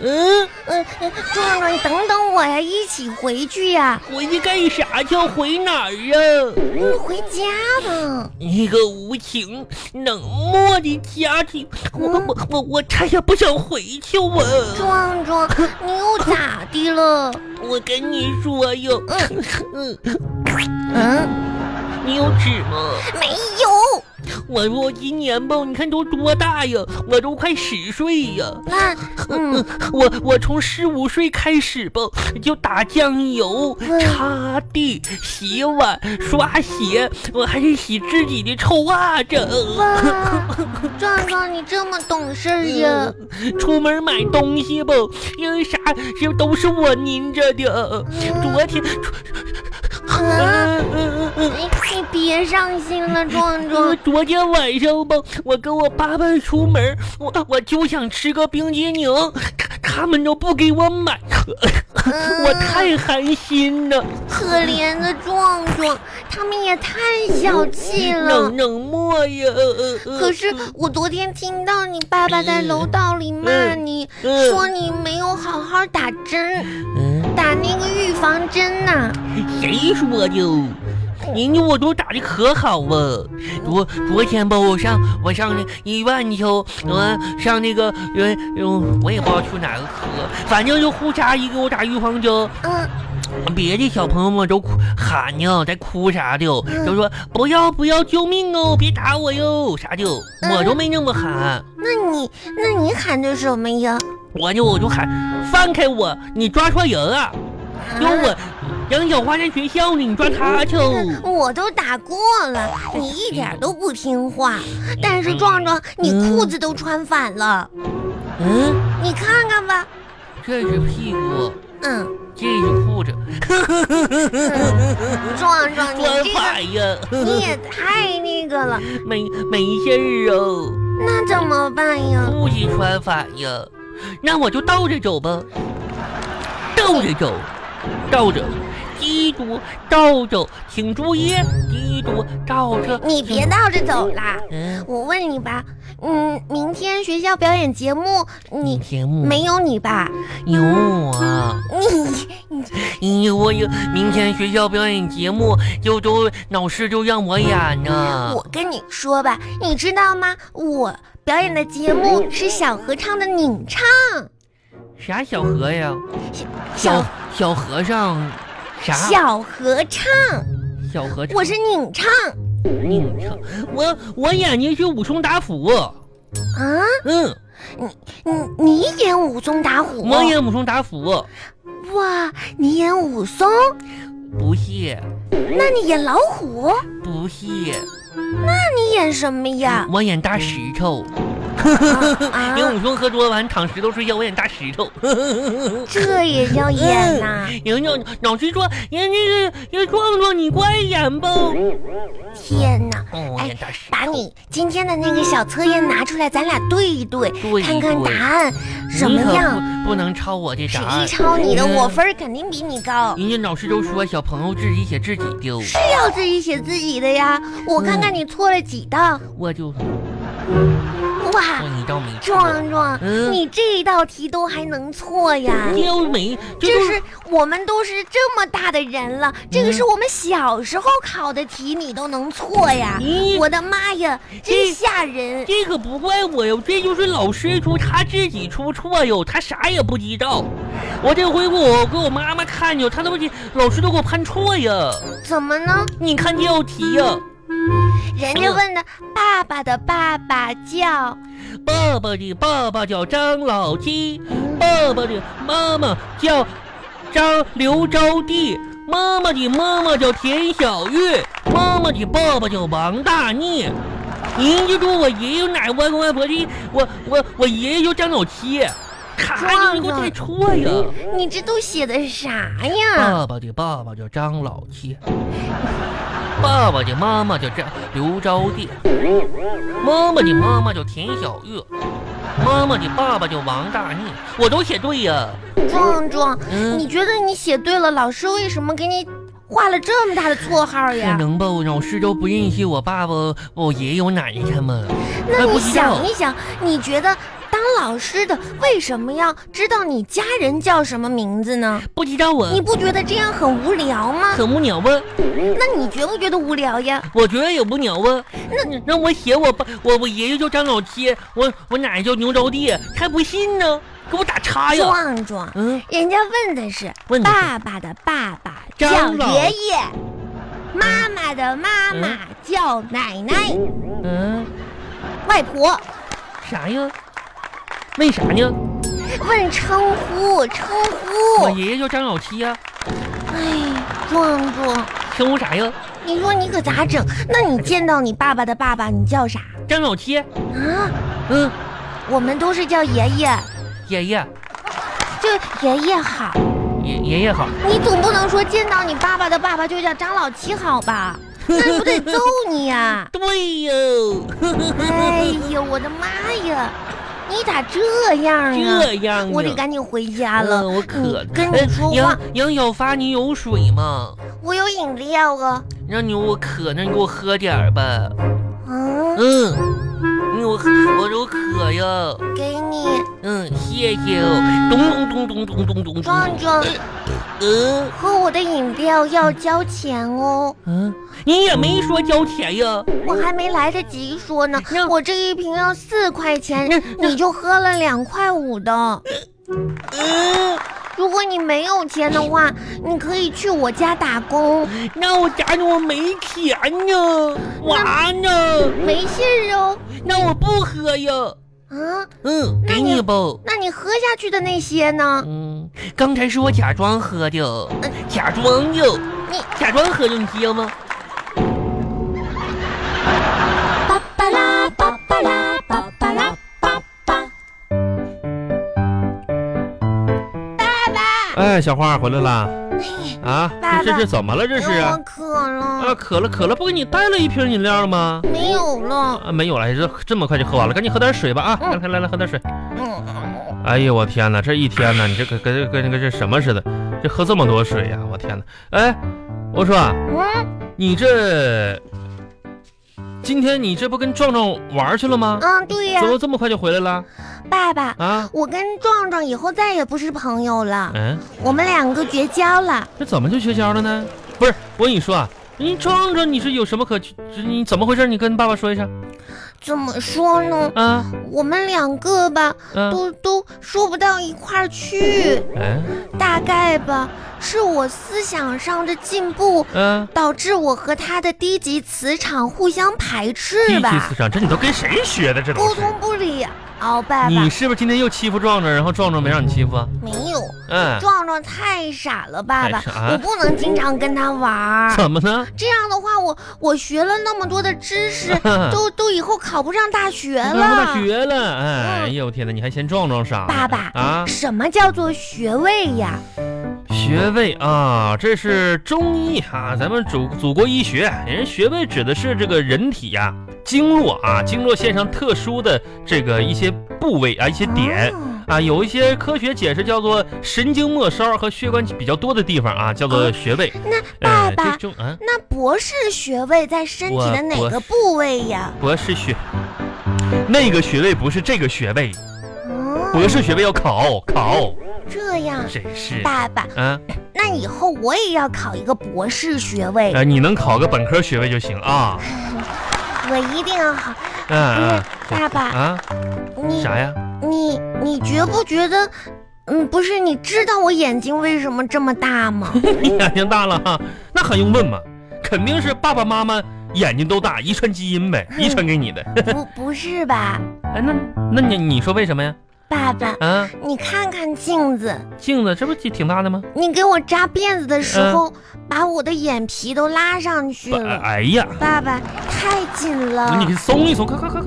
嗯嗯，壮壮，你等等我呀，一起回去呀，回去干啥去？回哪儿啊？嗯回家吧。你个无情冷漠的家庭，我我我我差点不想回去我。壮壮，你又咋的了？我跟你说哟，嗯，嗯，你有纸吗？没有。我说我今年吧，你看都多大呀？我都快十岁呀。那嗯，呃我我从十五岁开始吧，就打酱油嗯、擦地、洗碗、刷鞋，我还是洗自己的臭袜子。哇，壮壮，你这么懂事儿哎呀？嗯出门买东西吧，因为啥是都是我拎着的。昨天，嗯，嗯嗯嗯你你别伤心了，壮壮嗯，。昨天晚上吧，我跟我爸爸出门，我我就想吃个冰激凌，他他们都不给我买， 嗯我太寒心了，可怜的壮壮，他们也太小气了冷。冷漠呀。呃呃可是我昨天听到你爸爸在楼道里骂你，嗯说你没有好好打针，嗯，打那个预防针呐、谁说的？人家我都打的可好啊！昨昨天吧，我上我上那医院去，我上那个呃，呃我也不知道去哪个科，反正就呼嚓一给我打预防针。嗯，别的小朋友们都哭喊呢，在哭啥的，嗯都说不要不要，救命哦，别打我哟，啥的，嗯我都没那么喊，那你那你喊的什么呀？我就我就喊，放开我，你抓错人啊，有啊我杨小花在学校呢，你抓她去。我都打过了，你一点都不听话。但是壮壮，你嗯裤子都穿反了，嗯，你看看吧。这是屁股，嗯，这是裤子， 壮壮，你穿这法个呀，你也太那个了，没没事儿哦，那怎么办呀？不许穿反呀，那我就倒着走吧，倒着走，倒着，低着倒着，请注意，低着倒着，你别倒着走啦！嗯，我问你吧，嗯，明天学校表演节目你节目没有你吧？有啊，因你为我有明天学校表演节目，就都老师就让我演呢， 我跟你说吧，你知道吗？我表演的节目是小合唱的拧唱，啥小和呀，小小小和尚，啥小合唱，小和尚，我是拧唱你唱，我我演的是武松打虎，啊！嗯，你你演武松打虎，我演武松打虎，哇，你演武松，不是那你演老虎，不是。你演什么 呀？我演大石头，啊因，为武松喝多完躺石头睡觉，我演大石头。这也要 演呐、人家老师说，人家这人壮壮，你快演吧。哦，天哪！我演大石头。哎把你今天的那个小测验拿出来，咱俩对一对，对一看看对答案什你么可样。不？不能抄我的是答一案。超你的，嗯我分儿肯定比你高。人家老师都说小朋友自己写自己丢，是要自己写自己的呀，我看看你错了几道。我就说哇，你倒没错，壮壮，嗯你这一道题都还能错呀？丢没？啊这都是我们都是这么大的人了，这个是我们小时候考的题，你都能错呀？咦啊我的妈呀，真这吓人！嗯这个不怪我哟，这就是老师出他自己出错哟，他啥也不知道。我这回我给我妈妈看去，她都给老师都给我判错呀。怎么呢？你看这道题呀，人家问的爸爸的爸爸叫，爸爸的爸爸叫张老七，爸爸的妈妈叫张刘招娣，妈妈的妈妈叫田小玉，妈妈的爸爸叫王大逆。人家说我爷爷奶外公外婆的，我我我爷爷叫张老七，咔，你给我带错呀！你这都写的啥呀？爸爸的爸爸叫张老七，爸爸的妈妈叫张刘招娣，妈妈的妈妈叫田小玉，妈妈的爸爸叫王大逆，我都写对呀。壮壮，嗯你觉得你写对了，老师为什么给你画了这么大的绰号可呀？哎能吧，我老师都不认识我爸爸、我爷爷、我奶奶他们，哎那还不你知道想一想，你觉得当老师的，为什么要知道你家人叫什么名字呢？不知道啊你，不觉得这样很无聊吗？很无聊啊，那你觉不觉得无聊呀？我觉得也无聊啊。那让我写我爸，我我爷爷叫张老七，我我奶奶叫牛招娣，才不信呢，给我打叉呀！壮壮，嗯，人家问的是问的是爸爸的爸爸叫张老爷爷，妈妈的妈妈叫奶奶，嗯，外婆啥呀？为啥呢？问称呼称我呼。爷爷叫张老七呀、哎，壮壮，称呼啥呀？你说你可咋整？那你见到你爸爸的爸爸，你叫啥张老七。啊？嗯，我们都是叫爷爷，爷爷，就爷爷好。爷爷爷好。你总不能说见到你爸爸的爸爸就叫张老七好吧？那 不得揍你呀、对哟，哎呀，我的妈呀！你咋这样啊？这样我得呢赶紧回家了。嗯我渴你跟你哎说话杨，杨小发，你有水吗？我有饮料啊。让你我渴呢，你给我喝点儿吧。嗯，嗯，你我喝我都渴呀。给你，嗯，谢谢哦。咚咚咚咚咚咚咚咚。壮壮，嗯喝我的饮料要交钱哦。嗯，你也没说交钱呀。我还没来得及说哎呢，我这一瓶要四块钱那，你就喝了两块五的。嗯，如果你没有钱的话，你可以去我家打工，那我咋整？我没钱呢，完呢，没信儿哦。那我不喝呀。啊，嗯，那给你你吧。那你喝下去的那些呢？嗯，刚才是我假装喝的，假装的，嗯你假装喝的，你知道吗？巴巴拉巴巴拉巴巴拉巴巴。哎，小花回来啦！哎啊爸爸，这是怎么了？这是我啊，哦渴了，渴了渴了，不给你带了一瓶饮料吗？没有了。啊，没有了，这这么快就喝完了，赶紧喝点水吧啊！嗯来来来来，喝点水。嗯，哎呦，我天哪，这一天呐，你这跟跟跟跟这什么似的，这喝这么多水呀、我天哪！哎，我说啊，嗯你这今天你这不跟壮壮玩去了吗？嗯，对呀怎，么这么快就回来了爸爸，啊？我跟壮壮以后再也不是朋友了，嗯，我们两个绝交了。这怎么就绝交了呢？不是，我跟你说啊，你壮壮你是有什么可，这你怎么回事？你跟爸爸说一声怎么说呢？啊。我们两个吧，嗯，都都说不到一块儿去。哎，大概吧，是我思想上的进步嗯，导致我和他的低级磁场互相排斥低级吧思，想，这你都跟谁学的？这都沟是。通不了。爸爸你是不是今天又欺负壮壮，然后壮壮没让你欺负啊？没有，嗯，壮壮太傻了，爸爸太傻，嗯我不能经常跟他玩儿。怎么呢？，这样的话，我我学了那么多的知识都都都以后考不上大学嗯上大了。嗯学了，哎呦我天哪，你还嫌壮壮傻呢？爸爸，啊，什么叫做学位呀？学位啊，这是中医啊，咱们祖祖国医学，人学位指的是这个人体呀、经络啊，经络线上特殊的这个一些部位啊，一些点。哦啊，有一些科学解释叫做神经末梢和血管比较多的地方啊，叫做穴位。那爸呃、爸这，中啊，那博士学位在身体的我哪博个士部位呀？博士学，那个穴位不是这个穴位，哦博士学位要考考，这样，真是。爸爸，啊，那以后我也要考一个博士学位，呃，你能考个本科学位就行啊。我一定要好。嗯、嗯，不是哎爸爸啊，你啥呀？你你觉不觉得？嗯，不是，你知道我眼睛为什么这么大吗？你眼睛哎大了哈，那还用问吗？肯定是爸爸妈妈眼睛都大，遗传基因呗，遗传给你的。不，不是吧，嗯 哎，那那你你说为什么呀？爸爸，啊，你看看镜子，镜子这不挺挺大的吗？你给我扎辫子的时候，把我的眼皮都拉上去不了。哎呀，爸爸，太紧了你。给松一松，快快快